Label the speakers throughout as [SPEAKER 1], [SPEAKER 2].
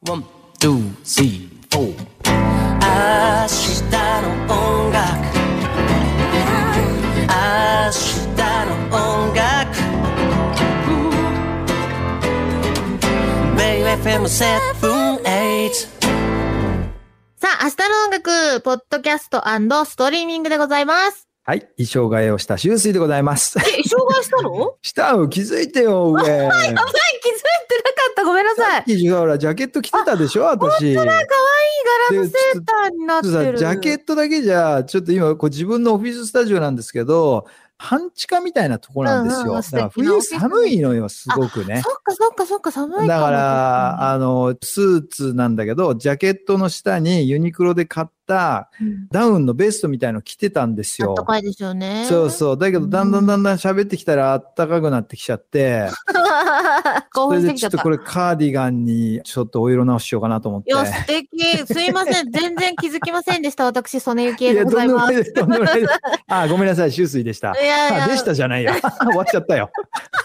[SPEAKER 1] One, two, three, four. 明日の音楽明日の音楽 BayFM78
[SPEAKER 2] さあ、明日の音楽、ポッドキャストストリーミングでございます。
[SPEAKER 3] はい、衣装替えをした修水でございます。
[SPEAKER 2] え、障害したの
[SPEAKER 3] 下を気づいてよ、上。
[SPEAKER 2] やばい、気づいてなかった。ごめんなさ
[SPEAKER 3] さ
[SPEAKER 2] い
[SPEAKER 3] っ。き、ほら、ジャケット着てたでしょ、私。ちょ
[SPEAKER 2] 可愛い柄のセーターになっ
[SPEAKER 3] っと
[SPEAKER 2] て
[SPEAKER 3] さ、
[SPEAKER 2] る。
[SPEAKER 3] ジャケットだけじゃ、ちょっと今、こう自分のオフィススタジオなんですけど、半地下みたいなとこなんです
[SPEAKER 2] うんう
[SPEAKER 3] よ。
[SPEAKER 2] ん
[SPEAKER 3] だか
[SPEAKER 2] 素敵
[SPEAKER 3] ら
[SPEAKER 2] なオ
[SPEAKER 3] 冬
[SPEAKER 2] フィス
[SPEAKER 3] 寒いのよ、すごくね。
[SPEAKER 2] そっかそっかそっか、寒いか
[SPEAKER 3] だ
[SPEAKER 2] も
[SPEAKER 3] から、、あの、スーツなんだけど、ジャケットの下にユニクロで買った
[SPEAKER 2] うん
[SPEAKER 3] ダウンのベストみたいの着てたんです
[SPEAKER 2] あ
[SPEAKER 3] よ
[SPEAKER 2] っ。たかいですよね。
[SPEAKER 3] そうそう。だけど、だんだんだんだん喋ってきたらあったかくなってきちゃって。
[SPEAKER 2] 興
[SPEAKER 3] それ
[SPEAKER 2] 奮し
[SPEAKER 3] で
[SPEAKER 2] てき
[SPEAKER 3] ち
[SPEAKER 2] ちゃっ
[SPEAKER 3] ょっと
[SPEAKER 2] た
[SPEAKER 3] こ。れカーディガンにちょっとお色直ししようかなと思って。
[SPEAKER 2] いや、素敵。すいません。全然気づきませんでした。私、曽根ゆき
[SPEAKER 3] い
[SPEAKER 2] えで
[SPEAKER 3] や、
[SPEAKER 2] ご
[SPEAKER 3] と
[SPEAKER 2] ざ
[SPEAKER 3] ん
[SPEAKER 2] い
[SPEAKER 3] でも
[SPEAKER 2] ま
[SPEAKER 3] な
[SPEAKER 2] す。
[SPEAKER 3] いです。とんでもないです。あ、ごめんなさい。修水でした。
[SPEAKER 2] いやいや
[SPEAKER 3] あでしたじ ゃないよ。終わっちゃったよ。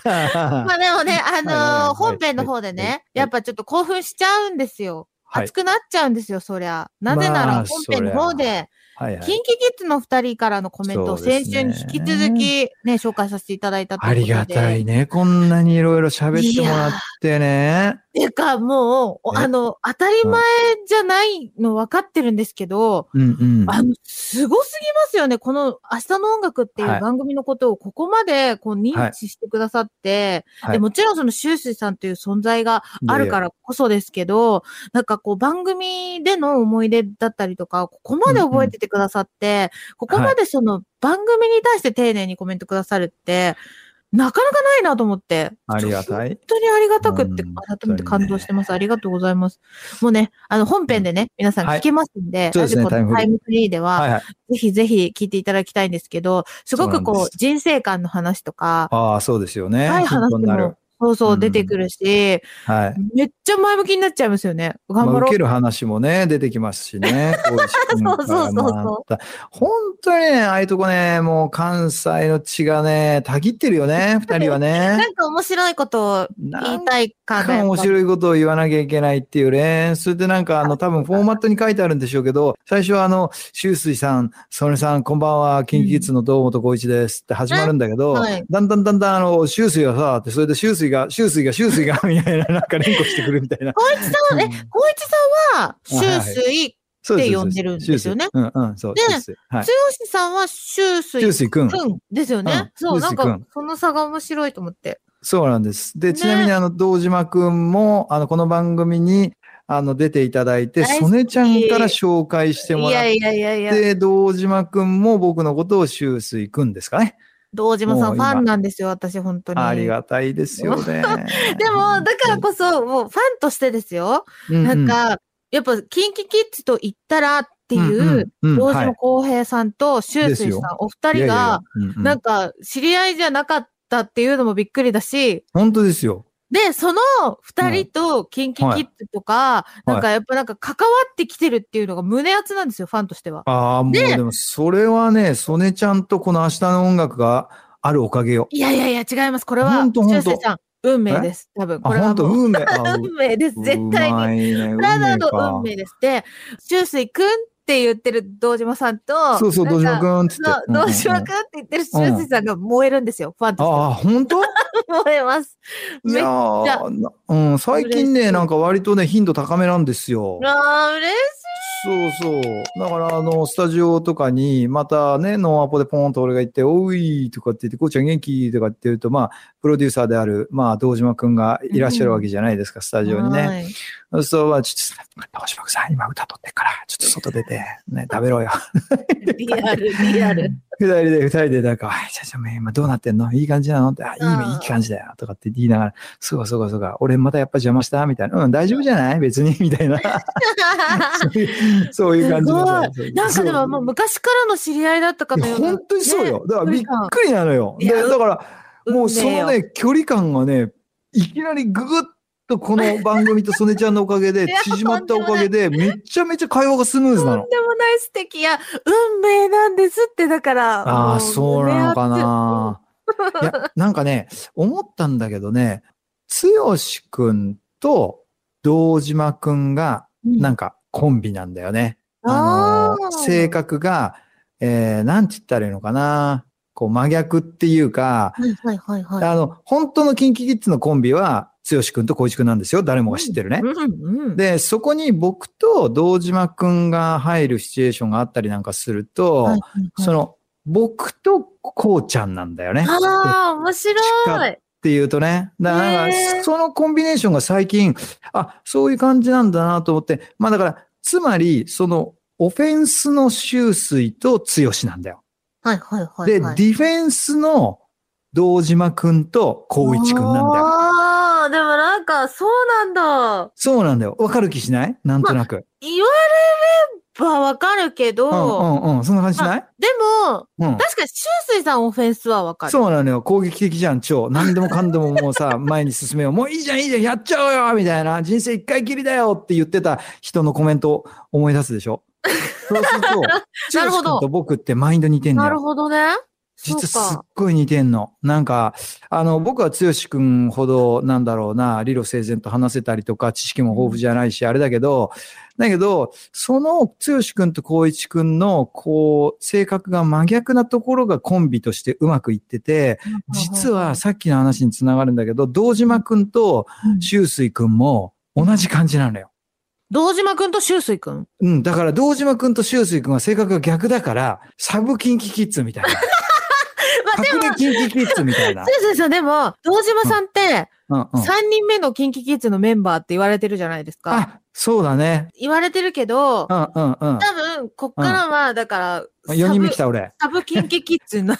[SPEAKER 2] まあでもね、あ
[SPEAKER 3] はいはいはいは
[SPEAKER 2] のー
[SPEAKER 3] い
[SPEAKER 2] 本編の方で
[SPEAKER 3] はいは
[SPEAKER 2] ね
[SPEAKER 3] い、
[SPEAKER 2] やっぱちょっと興奮しちゃうんですよ。
[SPEAKER 3] はい
[SPEAKER 2] 熱くなっちゃうんですよ、そりゃ。なぜな
[SPEAKER 3] ま
[SPEAKER 2] ら
[SPEAKER 3] あ
[SPEAKER 2] 本編の方で、
[SPEAKER 3] はいは
[SPEAKER 2] キ
[SPEAKER 3] い。
[SPEAKER 2] ンキキッズの二人からのコメントを
[SPEAKER 3] そうで
[SPEAKER 2] 先
[SPEAKER 3] す
[SPEAKER 2] 週に
[SPEAKER 3] ね
[SPEAKER 2] 引き続きね、紹介させていただいたというこ
[SPEAKER 3] あ
[SPEAKER 2] とで。
[SPEAKER 3] りがたい。ね。こんなにいろいろ喋ってもらってね。
[SPEAKER 2] てか、もう、お
[SPEAKER 3] え
[SPEAKER 2] あの、当たり前じゃないの分かってるんですけど、
[SPEAKER 3] うんうん。
[SPEAKER 2] あの、すごすぎますよね。この、明日の音楽っていう
[SPEAKER 3] はい
[SPEAKER 2] 番組のことをここまで、こう、認知してくださって、
[SPEAKER 3] はい。
[SPEAKER 2] でもちろんその、周水さんという存在があるかららこそですけど、なんかこう番組での思い出だったりとか、ここまで覚えててくださって、ここまでその番組に対して丁寧にコメントくださるって、なかなかないなと思って。
[SPEAKER 3] ありがた
[SPEAKER 2] い。
[SPEAKER 3] い。
[SPEAKER 2] 本当にありがたくって
[SPEAKER 3] うん、
[SPEAKER 2] 改めて感動してます。ありがとうございます。もうね、あの本編でね、皆さん
[SPEAKER 3] はい
[SPEAKER 2] 聞けますんで、
[SPEAKER 3] そうですね
[SPEAKER 2] ラジコのタ
[SPEAKER 3] タ
[SPEAKER 2] イ
[SPEAKER 3] イ
[SPEAKER 2] ムフリーでは、
[SPEAKER 3] はいはい。
[SPEAKER 2] ぜひぜひ聞いていただきたいんですけど、すごく
[SPEAKER 3] そうなん
[SPEAKER 2] こ
[SPEAKER 3] で
[SPEAKER 2] う人生観の話とか、
[SPEAKER 3] ああ、そうですよね。
[SPEAKER 2] はい、
[SPEAKER 3] ヒン
[SPEAKER 2] 話
[SPEAKER 3] トになる
[SPEAKER 2] も。、そうそうう、
[SPEAKER 3] ん
[SPEAKER 2] 出てくるし、
[SPEAKER 3] はい。
[SPEAKER 2] めっちゃ前向きになっちゃいますよね。頑
[SPEAKER 3] ま
[SPEAKER 2] 張
[SPEAKER 3] あ、
[SPEAKER 2] ろ
[SPEAKER 3] 受
[SPEAKER 2] う。
[SPEAKER 3] ける話もね、出てきますし ね。こういう仕組み
[SPEAKER 2] そうそうそうそう
[SPEAKER 3] からもあった本当にね、ああいうとこね、もう関西の血がね、たぎってるよね、二人は
[SPEAKER 2] な
[SPEAKER 3] ね。
[SPEAKER 2] んか面白いことを
[SPEAKER 3] な
[SPEAKER 2] 言い
[SPEAKER 3] んか
[SPEAKER 2] たい感がやっぱ。
[SPEAKER 3] 面白いことを言わなきゃいけないっていうね。それでなんかあの、多分フォーマットに書いてあるんでしょうけど、最初はあの、修水さん、曽根さん、こんばんは、キンキキッズの堂本光一ですって始まるんだけど、
[SPEAKER 2] はい
[SPEAKER 3] だんだんだんだんあの、修水はさ、って、それで修水が、修水が、修水が、みたいな、なんか連呼してくるみたいな。
[SPEAKER 2] 光一さん、え、
[SPEAKER 3] うん
[SPEAKER 2] 光一さんは、
[SPEAKER 3] はいはい
[SPEAKER 2] 周水、
[SPEAKER 3] そう
[SPEAKER 2] って呼んでるんですよね
[SPEAKER 3] そうですうんうん、そう。
[SPEAKER 2] で
[SPEAKER 3] 修水は
[SPEAKER 2] 剛
[SPEAKER 3] い
[SPEAKER 2] さんは周
[SPEAKER 3] ジュー
[SPEAKER 2] 水
[SPEAKER 3] スイくん。
[SPEAKER 2] くんですよ
[SPEAKER 3] う
[SPEAKER 2] ね
[SPEAKER 3] ん。
[SPEAKER 2] そう、な
[SPEAKER 3] 周
[SPEAKER 2] ん
[SPEAKER 3] 水くん
[SPEAKER 2] か、その差が面白いと思って。
[SPEAKER 3] そうなんです。で、
[SPEAKER 2] ね
[SPEAKER 3] ちなみにあの、堂島くんも、あの、この番組に、あの、出ていただいて、
[SPEAKER 2] 大好き
[SPEAKER 3] 曽根ちゃんから紹介して
[SPEAKER 2] い
[SPEAKER 3] もらっ
[SPEAKER 2] やいやいやいや、
[SPEAKER 3] て、堂島くんも僕のことを修水くんですかね。
[SPEAKER 2] 堂島さん
[SPEAKER 3] もう
[SPEAKER 2] フ
[SPEAKER 3] 今
[SPEAKER 2] ァンなんですよ、私、本当に。
[SPEAKER 3] ありがたいですよね。
[SPEAKER 2] でも、だからこそ、もうファンとしてですよ。
[SPEAKER 3] うう、
[SPEAKER 2] なんか、やっぱ、キンキキッズと言ったらっていう、
[SPEAKER 3] うんうん、うん
[SPEAKER 2] 堂
[SPEAKER 3] はい
[SPEAKER 2] 島康平さんと周
[SPEAKER 3] です
[SPEAKER 2] 水さん
[SPEAKER 3] よ、
[SPEAKER 2] お二
[SPEAKER 3] い
[SPEAKER 2] 人
[SPEAKER 3] やいやい
[SPEAKER 2] が
[SPEAKER 3] や、うんうん
[SPEAKER 2] なんか、知り合いじゃなかったっていうのもびっくりだし、
[SPEAKER 3] 本当ですよ。
[SPEAKER 2] で、その二人と、キンキキッズとか、
[SPEAKER 3] い
[SPEAKER 2] なんかやっぱなんか関わってきてるっていうのが胸熱なんですよ、ファンとしては。
[SPEAKER 3] ああ、もう
[SPEAKER 2] ね
[SPEAKER 3] でも、それはね、曽根ちゃんとこの明日の音楽があるおかげよ。
[SPEAKER 2] いやいやいや、違います。これは、
[SPEAKER 3] ほんとほんと
[SPEAKER 2] 修正さん、運命です。多分、
[SPEAKER 3] あ、
[SPEAKER 2] これは
[SPEAKER 3] 本当
[SPEAKER 2] もう
[SPEAKER 3] 運命。あ
[SPEAKER 2] 運命です。絶対
[SPEAKER 3] う
[SPEAKER 2] に。
[SPEAKER 3] まいね。
[SPEAKER 2] ただの
[SPEAKER 3] 運命か
[SPEAKER 2] 運命です。で、周水くんって言ってる堂島さんと、
[SPEAKER 3] そうそう、
[SPEAKER 2] なん
[SPEAKER 3] 堂
[SPEAKER 2] か
[SPEAKER 3] 島くんっつって。
[SPEAKER 2] そう、堂島くんって言ってる周水さんが燃えるんですよ、ファンと
[SPEAKER 3] ああ、本当い
[SPEAKER 2] しては。 燃えます。め
[SPEAKER 3] や
[SPEAKER 2] っ
[SPEAKER 3] ーなうん、最近
[SPEAKER 2] 嬉しい
[SPEAKER 3] ね、なんか割とね、頻度高めなんですよ。
[SPEAKER 2] あー、嬉しい。
[SPEAKER 3] そうそう。だから、あの、スタジオとかに、またね、ノンアポでポンと俺が行って、おいとかって言って、こうちゃん元気とかって言うと、まあ、プロデューサーである、まあ、堂島くんがいらっしゃるわけじゃないですか、スタジオにね。
[SPEAKER 2] はい
[SPEAKER 3] そうそう、まあ、ちょっと、堂島くんさん、今歌取ってっから、ちょっと外出て、ね、食べろよ。
[SPEAKER 2] リアル、リアル。
[SPEAKER 3] 二人で、二人で、なんか、あじゃあじゃあ今どうなってんのいい感じなのって、あ、いい
[SPEAKER 2] うん
[SPEAKER 3] ね、いい感じだよ。とかって言いながら、そうか、そうか、そうか、俺またやっぱ邪魔したみたいな。うん、大丈夫じゃない別に、み た いな。そういうそういう感じのさ。そ う
[SPEAKER 2] なんかでももう
[SPEAKER 3] そ
[SPEAKER 2] 昔からの知り合いだったか
[SPEAKER 3] うい
[SPEAKER 2] の
[SPEAKER 3] や
[SPEAKER 2] ような。
[SPEAKER 3] 本当にそうよ。だからびっくりなのよ。
[SPEAKER 2] い
[SPEAKER 3] で、
[SPEAKER 2] や
[SPEAKER 3] だから、もうそ
[SPEAKER 2] 運
[SPEAKER 3] の
[SPEAKER 2] 命
[SPEAKER 3] ね、距離感がね、いきなりぐぐっとこの番組と曽根ちゃんのおかげ で
[SPEAKER 2] いや、
[SPEAKER 3] 縮まったおかげで、めちゃめちゃ会話がスムーズな
[SPEAKER 2] と
[SPEAKER 3] の
[SPEAKER 2] ん。でもない素敵や、運命なんですって、だから。
[SPEAKER 3] あ
[SPEAKER 2] も
[SPEAKER 3] あ、そうなのかな。
[SPEAKER 2] 胸熱。
[SPEAKER 3] いや、なんかね、思ったんだけどね、つよしくんと堂島くんが、なんかコンビなんだよね。あの、性格が、えー、なんて言ったらいいのかな。こう真逆っていうか、
[SPEAKER 2] はいはいはいはい。
[SPEAKER 3] あの、本当のキンキキッズのコンビは、剛くんと光一くんなんですよ。誰もが知ってるね。
[SPEAKER 2] うんうん、
[SPEAKER 3] で、そこに僕と堂島くんが入るシチュエーションがあったりなんかすると、
[SPEAKER 2] はいはいはい
[SPEAKER 3] その、僕とこうちゃんなんだよね。
[SPEAKER 2] ああ、面白い。
[SPEAKER 3] っていうとね。だからなん
[SPEAKER 2] へー
[SPEAKER 3] か、そのコンビネーションが最近、あ、そういう感じなんだなと思って。まあだから、つまり、その、オフェンスの周水と剛なんだよ。
[SPEAKER 2] はいはいはい。
[SPEAKER 3] で、ディフェンスの堂島くんと光一くんなんだよ。
[SPEAKER 2] ああ、でもなんか、そうなんだ。
[SPEAKER 3] そうなんだよ。わかる気しないなんとなく。
[SPEAKER 2] 言われればわかるけど、
[SPEAKER 3] うんうんうん。そんな感じしない、
[SPEAKER 2] でも、
[SPEAKER 3] うん。
[SPEAKER 2] 確かに、シュウスイさんオフェンスはわかる。
[SPEAKER 3] そうなのよ。攻撃的じゃん、超。何でもかんでももう さ、前に進めよう。もういいじゃん、いいじゃん、やっちゃおうよみたいな。人生一回きりだよって言ってた人のコメントを思い出すでしょ。そうすると、
[SPEAKER 2] なるほど
[SPEAKER 3] 剛君と僕ってマインド似てんだ
[SPEAKER 2] なる
[SPEAKER 3] よ。
[SPEAKER 2] ほどね。そう
[SPEAKER 3] 実はすっ
[SPEAKER 2] か。
[SPEAKER 3] ごい似てんの。なんか、あの、僕は剛くんほど、なんだろうな、理路整然と話せたりとか、知識も豊富じゃないし、あれだけど、だけど、その剛くんと光一くんの、こう、性格が真逆なところがコンビとしてうまくいってて、実はさっきの話につながるんだけど、堂島くんと
[SPEAKER 2] うん、
[SPEAKER 3] 周水くんも同じ感じなのよ。
[SPEAKER 2] 堂島くんとシュウスイくん。
[SPEAKER 3] うん、だから堂島くんと周水くんは性格が逆だから、サブキンキキッズみ たいな。
[SPEAKER 2] まあで
[SPEAKER 3] 隠
[SPEAKER 2] も、
[SPEAKER 3] れキンキキッズみた いな
[SPEAKER 2] シ。ュウスイさんでも、堂島さんって、
[SPEAKER 3] うんうん、
[SPEAKER 2] 3人目のキンキキッズのメンバーって言われてるじゃないですか。
[SPEAKER 3] あ、そうだね。
[SPEAKER 2] 言われてるけど、
[SPEAKER 3] うんうんうん。
[SPEAKER 2] 多分、こっからは、だから、サブ
[SPEAKER 3] 4人目来た俺。
[SPEAKER 2] サブキンキキッズにな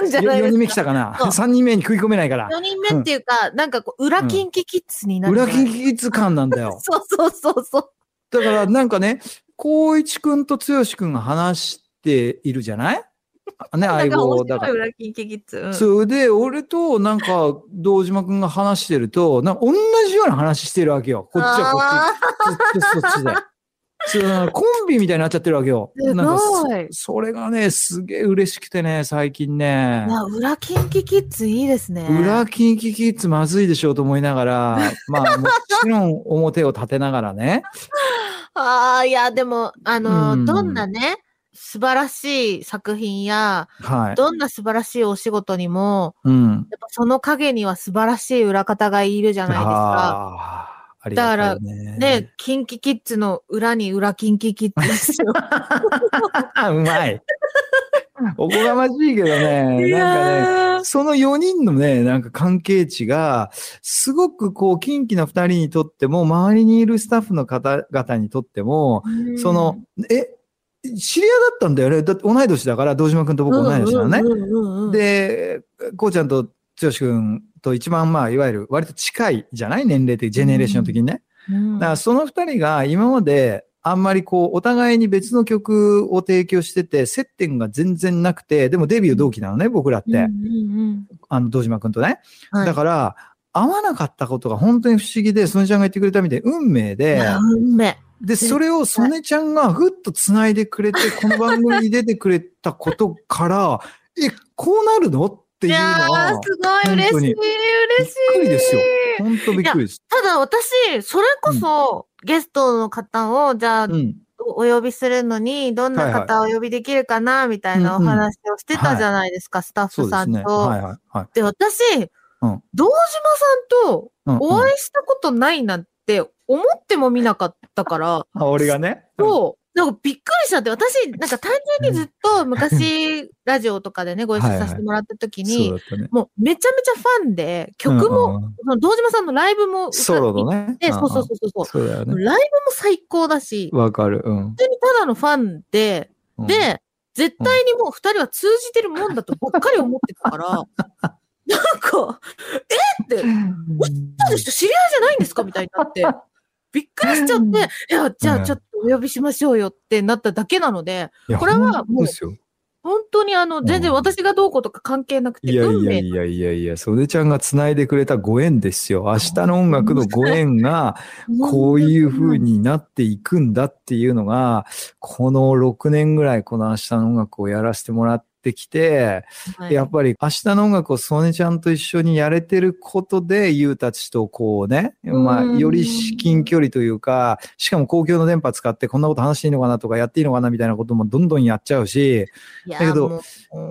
[SPEAKER 2] るんじゃないです
[SPEAKER 3] 4
[SPEAKER 2] か。
[SPEAKER 3] 人目来たかな
[SPEAKER 2] そう
[SPEAKER 3] ?3 人目に食い込めないから。
[SPEAKER 2] 4人目っていうか、なんかこう、裏キンキキッズになる。
[SPEAKER 3] 裏キンキキッズ感なんだ よ。
[SPEAKER 2] そうそうそうそう。
[SPEAKER 3] だからなんかね、光一くんと剛くんが話しているじゃないあね、
[SPEAKER 2] なん
[SPEAKER 3] 相
[SPEAKER 2] か面
[SPEAKER 3] 棒
[SPEAKER 2] 白
[SPEAKER 3] だ
[SPEAKER 2] い
[SPEAKER 3] から。
[SPEAKER 2] 裏キンキキッズ。うん
[SPEAKER 3] それで、俺と、なんか、堂島くんが話してると、なんか、同じような話してるわけよ。こっちは
[SPEAKER 2] あー
[SPEAKER 3] こっち、そっちそっちで。そうなんかコンビみたいになっちゃってるわけよ。
[SPEAKER 2] すごい
[SPEAKER 3] なんかそ、それがね、すげえ嬉しくてね、最近ね
[SPEAKER 2] い。や、裏キンキキッズいいですね。
[SPEAKER 3] 裏キンキキッズまずいでしょうと思いな がら、まあ、もちろん表を立てながらね。
[SPEAKER 2] ああ、いや、でも、あの、
[SPEAKER 3] うん
[SPEAKER 2] どんなね、素晴らしい作品や、
[SPEAKER 3] はい。
[SPEAKER 2] どんな素晴らしいお仕事にも、
[SPEAKER 3] うん。
[SPEAKER 2] やっぱその陰には素晴らしい裏方がいるじゃないですか。
[SPEAKER 3] あーあり
[SPEAKER 2] だ
[SPEAKER 3] が
[SPEAKER 2] から
[SPEAKER 3] たいね。
[SPEAKER 2] ね、キンキキッズの裏に裏キンキキッズです よ。
[SPEAKER 3] あ、 うまい。おこがましいけどね。
[SPEAKER 2] い
[SPEAKER 3] なんかね、
[SPEAKER 2] やー
[SPEAKER 3] その4人のね、なんか関係値が、すごくこう、近畿の2人にとっても、周りにいるスタッフの方々にとっても、その、、え、知り合いだったんだよね。だって同い年だから、堂島くんと僕同い年なのね。
[SPEAKER 2] うんうんうんうんうん、
[SPEAKER 3] で、こうちゃんと剛くんと一番まあ、いわゆる割と近いじゃない年齢的、ジェネレーション的にね。
[SPEAKER 2] うん
[SPEAKER 3] だからその二人が今まであんまりこう、お互いに別の曲を提供してて、接点が全然なくて、でもデビュー同期なのね、僕らって。
[SPEAKER 2] うんうんうん
[SPEAKER 3] あの、堂島くんとね。
[SPEAKER 2] はい
[SPEAKER 3] だから、会わなかったことが本当に不思議で、曽根ちゃんが言ってくれたみたいに運命で、
[SPEAKER 2] あ運命。
[SPEAKER 3] で、それを曽根ちゃんがふっと繋いでくれて、この番組に出てくれたことから、 え、こうなるのって
[SPEAKER 2] い
[SPEAKER 3] いうの
[SPEAKER 2] や
[SPEAKER 3] は
[SPEAKER 2] ー、、すごい嬉しい、
[SPEAKER 3] 本当に
[SPEAKER 2] 嬉しい。
[SPEAKER 3] びっくりですよ本当びっくりです。
[SPEAKER 2] ただ私、それこそ、ゲストの方を、じゃあ、
[SPEAKER 3] うん。
[SPEAKER 2] お呼びするのに、どんな方をお呼びできるかな、みたいなお
[SPEAKER 3] うんうん
[SPEAKER 2] 話をしてたじゃないですか、スタッ
[SPEAKER 3] そ
[SPEAKER 2] フ
[SPEAKER 3] うで
[SPEAKER 2] さ
[SPEAKER 3] す
[SPEAKER 2] ん
[SPEAKER 3] ね。は
[SPEAKER 2] と。
[SPEAKER 3] いはいはい。
[SPEAKER 2] で、私、
[SPEAKER 3] うん
[SPEAKER 2] 堂島さんと
[SPEAKER 3] うん
[SPEAKER 2] お
[SPEAKER 3] うん
[SPEAKER 2] 会いしたことないなんて思ってもみなかったから、
[SPEAKER 3] あ俺がね。
[SPEAKER 2] そう、なんかびっくりしちゃって、私、なんか単純にずっと昔、ラジオとかでね、ご一緒させてもらった時
[SPEAKER 3] うん
[SPEAKER 2] に、
[SPEAKER 3] そうだったね。
[SPEAKER 2] もうめちゃめちゃファンで、曲
[SPEAKER 3] うん
[SPEAKER 2] も、
[SPEAKER 3] うんうん
[SPEAKER 2] その堂島さんのライブも歌
[SPEAKER 3] ソロ
[SPEAKER 2] に行
[SPEAKER 3] のね
[SPEAKER 2] っ。て、そうそう
[SPEAKER 3] うん
[SPEAKER 2] そうそう
[SPEAKER 3] うん。そうだよ
[SPEAKER 2] もう
[SPEAKER 3] ね。
[SPEAKER 2] ライブも最高だし、
[SPEAKER 3] わかる。うん
[SPEAKER 2] 普。通にただのファンで、
[SPEAKER 3] うん、
[SPEAKER 2] で、絶対にもう二人は通じてるもんだとばっかり思ってた から、なんか、えって、あの人知り合いじゃないんですかみたいになって、びっくりしちゃって、いや、じゃあちょっとお呼びしましょうよってなっただけなので、
[SPEAKER 3] いや
[SPEAKER 2] これはもう
[SPEAKER 3] 本当ですよ。
[SPEAKER 2] 本当にあの、全然私がどうこうとか関係なくて、
[SPEAKER 3] いや
[SPEAKER 2] 運
[SPEAKER 3] いや
[SPEAKER 2] 命
[SPEAKER 3] いやいやいや、それちゃんが繋いでくれたご縁ですよ。明日の音楽のご縁が、 こういう風になっていくんだっていうのが、この6年ぐらいこの明日の音楽をやらせてもらって、ってきて、
[SPEAKER 2] はい
[SPEAKER 3] やっぱり明日の音楽をソネちゃんと一緒にやれてることで、ユウたちとこうね、まあ、
[SPEAKER 2] うん
[SPEAKER 3] より至近距離というか、しかも公共の電波使ってこんなこと話していいのかなとかやっていいのかなみたいなこともどんどんやっちゃうし、
[SPEAKER 2] いや
[SPEAKER 3] だけど
[SPEAKER 2] もう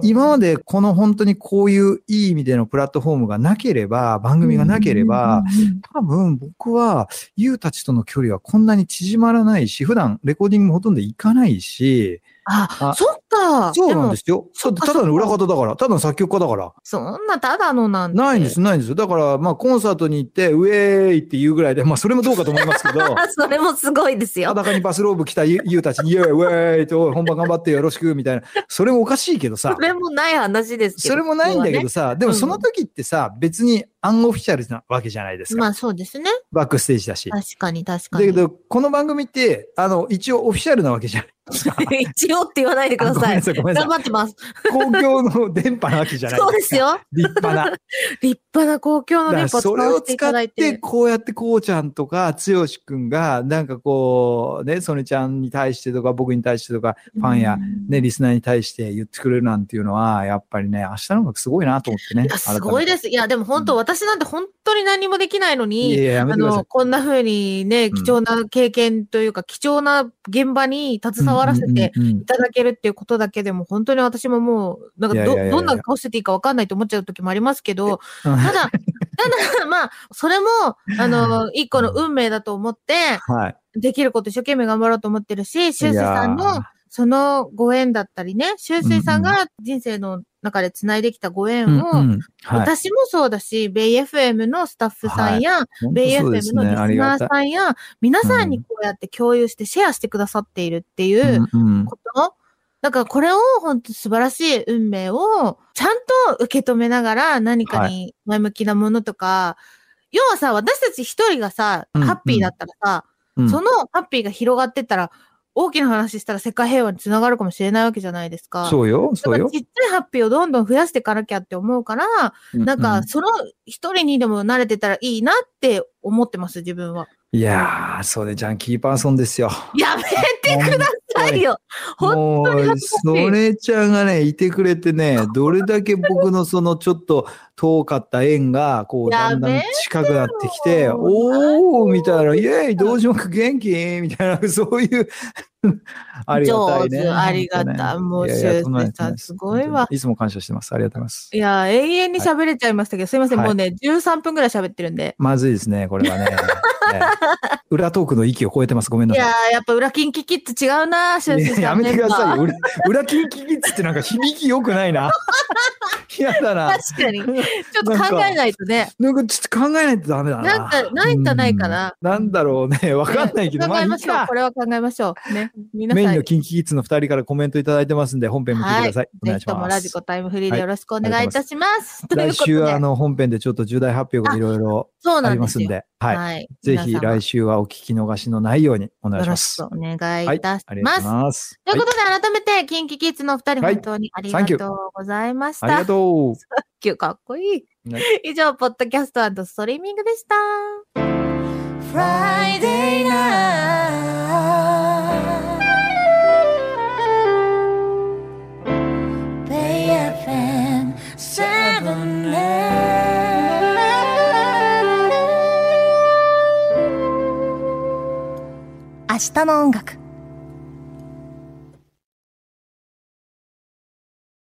[SPEAKER 3] 今までこの本当にこういういい意味でのプラットフォームがなければ、番組がなければ、、多分僕は、ユウたちとの距離はこんなに縮まらないし、普段レコーディングもほとんど行かないし、
[SPEAKER 2] あ
[SPEAKER 3] あ
[SPEAKER 2] そっか。
[SPEAKER 3] そう
[SPEAKER 2] で
[SPEAKER 3] なん
[SPEAKER 2] も
[SPEAKER 3] ですよ。
[SPEAKER 2] そっか
[SPEAKER 3] ただの裏方だから、ただの作曲家だから。
[SPEAKER 2] そんなただのなんて。
[SPEAKER 3] ないんで。す、ないんです。だから、まあ、コンサートに行って、ウェーイって言うぐらいで、まあ、それもどうかと思います けど、
[SPEAKER 2] あ、 それもすごいですよ。
[SPEAKER 3] 裸にバスローブ着たユユウたちに、イエーイ、ウェーイと、おい本番頑張ってよろしく、みたいな。それもおかしいけどさ
[SPEAKER 2] そ。れもない話ですけど。
[SPEAKER 3] それもないんだけ
[SPEAKER 2] ね
[SPEAKER 3] どさ、でも
[SPEAKER 2] うん
[SPEAKER 3] その時ってさ、別にアンオフィシャルなわけじゃないですか。
[SPEAKER 2] まあそうですね。
[SPEAKER 3] バックステージだし。だ
[SPEAKER 2] 確かに確かに。
[SPEAKER 3] けど、この番組って、あの、一応オフィシャルなわけじゃない。
[SPEAKER 2] 一応って言わないでくだ
[SPEAKER 3] あごめ
[SPEAKER 2] さい。
[SPEAKER 3] んなさいごめんなさい
[SPEAKER 2] 頑張ってます。
[SPEAKER 3] 公共の電波なわけじゃない
[SPEAKER 2] そうです。よ。
[SPEAKER 3] 立派な。
[SPEAKER 2] 立派な公共の
[SPEAKER 3] だから
[SPEAKER 2] 電波を使
[SPEAKER 3] それ
[SPEAKER 2] わ
[SPEAKER 3] を
[SPEAKER 2] せてい
[SPEAKER 3] 使
[SPEAKER 2] ただ
[SPEAKER 3] っ
[SPEAKER 2] いて
[SPEAKER 3] て、
[SPEAKER 2] る。
[SPEAKER 3] こうやってこうちゃんとか、つよしくんが、なんかこう、ね、ソネちゃんに対してとか、僕に対してとか、ファンや、ね、リスナーに対して言ってくれるなんていうのは、やっぱりね、明日の音楽すごいなと思ってね。。
[SPEAKER 2] いや、すごいですす。いや、でも本当、私なんて本当に何もできないの
[SPEAKER 3] いや
[SPEAKER 2] に、
[SPEAKER 3] いや、やめ
[SPEAKER 2] あ
[SPEAKER 3] てくださ
[SPEAKER 2] の、こんな風にね、貴重な経験というか、貴重な現場に
[SPEAKER 3] い。
[SPEAKER 2] 携わらせて
[SPEAKER 3] うんうんうんう
[SPEAKER 2] い
[SPEAKER 3] ん
[SPEAKER 2] ただけるっていうことだけでも、本当に私ももう、なんか
[SPEAKER 3] いやいやいやい
[SPEAKER 2] ど、
[SPEAKER 3] や
[SPEAKER 2] どんな顔してていいかわかんないと思っちゃう時もありますけど、
[SPEAKER 3] うん
[SPEAKER 2] ただ、ただ、ま あ、それも、あの、一個の運命だと思って、
[SPEAKER 3] はい。
[SPEAKER 2] できること一生懸命頑張ろうと思ってるし、修正さん
[SPEAKER 3] いや
[SPEAKER 2] のそのご縁だったりね、修正さんが人生の中で繋いできたご
[SPEAKER 3] ー、
[SPEAKER 2] 縁を、
[SPEAKER 3] うんうんはい。
[SPEAKER 2] 私もそうだし、ベイ FM のスタッフさんや、
[SPEAKER 3] 本当
[SPEAKER 2] ベイ
[SPEAKER 3] そ
[SPEAKER 2] FM
[SPEAKER 3] う
[SPEAKER 2] の
[SPEAKER 3] で
[SPEAKER 2] リ
[SPEAKER 3] す
[SPEAKER 2] ス
[SPEAKER 3] ね。あり
[SPEAKER 2] ナ
[SPEAKER 3] が
[SPEAKER 2] ー
[SPEAKER 3] たい。
[SPEAKER 2] さんや、皆さんにこうやって共有してシェアしてくださっているっていう
[SPEAKER 3] うんうん
[SPEAKER 2] こと、だからこれを本当素晴らしい運命をちゃんと受け止めながら何か
[SPEAKER 3] は
[SPEAKER 2] に前向きなものとか、要はさ、私たち一人がさ、
[SPEAKER 3] うんうん
[SPEAKER 2] ハッピーだったらさ、
[SPEAKER 3] うん
[SPEAKER 2] そのハッピーが広がってったら、大きな話したら世界平和につながるかもしれないわけじゃないですか。
[SPEAKER 3] そうよ、
[SPEAKER 2] だ
[SPEAKER 3] そ
[SPEAKER 2] か
[SPEAKER 3] う
[SPEAKER 2] ら
[SPEAKER 3] よ
[SPEAKER 2] ち。っちゃいハッピーをどんどん増やしていかなきゃって思うから、なん
[SPEAKER 3] うう
[SPEAKER 2] か、その一人にでも慣れてたらいいなって思ってます、自分は。
[SPEAKER 3] いやー、ソネちゃん、キーパーソンですよ。
[SPEAKER 2] やめてくださいよ本
[SPEAKER 3] もう、ソネちゃんがね、いてくれてね、どれだけ僕のそのちょっと遠かった縁が、こう、
[SPEAKER 2] や
[SPEAKER 3] だんだ
[SPEAKER 2] め
[SPEAKER 3] ん
[SPEAKER 2] て
[SPEAKER 3] 近くなってきて、
[SPEAKER 2] よ
[SPEAKER 3] おーみたいな、イェーイ、道場く元気みたいな、 そういう、ありがたいね。
[SPEAKER 2] 上手ありがたいもう
[SPEAKER 3] いやいや
[SPEAKER 2] 修正
[SPEAKER 3] とんでもないです
[SPEAKER 2] さんすごいわ
[SPEAKER 3] 本当にいつも感謝してます。ありがとうございます。
[SPEAKER 2] いや、永遠に喋れちゃいましたけど、すいません、
[SPEAKER 3] はい
[SPEAKER 2] もうね、13分ぐらい喋ってるんで。
[SPEAKER 3] まずいですね、これはね。ね裏トークの域を超えてます。ごめんないさい
[SPEAKER 2] や。ー、やっぱ裏キンキキッズ違うな、修
[SPEAKER 3] い
[SPEAKER 2] 正
[SPEAKER 3] や
[SPEAKER 2] さ
[SPEAKER 3] や
[SPEAKER 2] ん。
[SPEAKER 3] めてください
[SPEAKER 2] メンバー
[SPEAKER 3] よ。裏裏キンキキッズってなんか響き良くな いな。嫌だ な。
[SPEAKER 2] 確かに。ちょっと考えないとね。
[SPEAKER 3] なんかちょっと考えないとダメだな。
[SPEAKER 2] なんかないんじゃないかな
[SPEAKER 3] うんなんだろうね。わかんないけど、
[SPEAKER 2] 考
[SPEAKER 3] まあい
[SPEAKER 2] え
[SPEAKER 3] い
[SPEAKER 2] ましょう。
[SPEAKER 3] か
[SPEAKER 2] こ。れは考えましょう。ね。皆さ
[SPEAKER 3] メイ
[SPEAKER 2] ん
[SPEAKER 3] ン
[SPEAKER 2] に
[SPEAKER 3] のキンキキッズの二人からコメントいただいてますんで、本編も聞いてください。お願
[SPEAKER 2] ぜ
[SPEAKER 3] い
[SPEAKER 2] ひ
[SPEAKER 3] し
[SPEAKER 2] とも
[SPEAKER 3] ま
[SPEAKER 2] ラジコ
[SPEAKER 3] す。
[SPEAKER 2] タイムフリーでよろしくお願いいたします。というこ
[SPEAKER 3] 来
[SPEAKER 2] と
[SPEAKER 3] 週はあ
[SPEAKER 2] で、
[SPEAKER 3] の本編でちょっと重大発表がいろいろ
[SPEAKER 2] そう
[SPEAKER 3] あ
[SPEAKER 2] な
[SPEAKER 3] り
[SPEAKER 2] んで
[SPEAKER 3] ますすん
[SPEAKER 2] よ。
[SPEAKER 3] で、はい、
[SPEAKER 2] はい。
[SPEAKER 3] ぜひ来週はお聞き逃しのないようにお
[SPEAKER 2] よ
[SPEAKER 3] 願いし
[SPEAKER 2] ろ
[SPEAKER 3] ま
[SPEAKER 2] し
[SPEAKER 3] す。
[SPEAKER 2] くお願
[SPEAKER 3] はいい
[SPEAKER 2] いたし
[SPEAKER 3] ありが
[SPEAKER 2] ま
[SPEAKER 3] とう
[SPEAKER 2] す
[SPEAKER 3] ご。ざ
[SPEAKER 2] とい
[SPEAKER 3] います。
[SPEAKER 2] う
[SPEAKER 3] は
[SPEAKER 2] ことで、改めて、キンキキッズのお二人、
[SPEAKER 3] はい
[SPEAKER 2] 本当にあり
[SPEAKER 3] サン
[SPEAKER 2] が
[SPEAKER 3] キュー
[SPEAKER 2] とうございました。
[SPEAKER 3] いありがとう。
[SPEAKER 2] キューかっこいい
[SPEAKER 3] ね。
[SPEAKER 2] 以上、ポッドキャストストリーミングでした。
[SPEAKER 1] Friday night. Bay eh? FM 79.
[SPEAKER 2] 明日の音楽。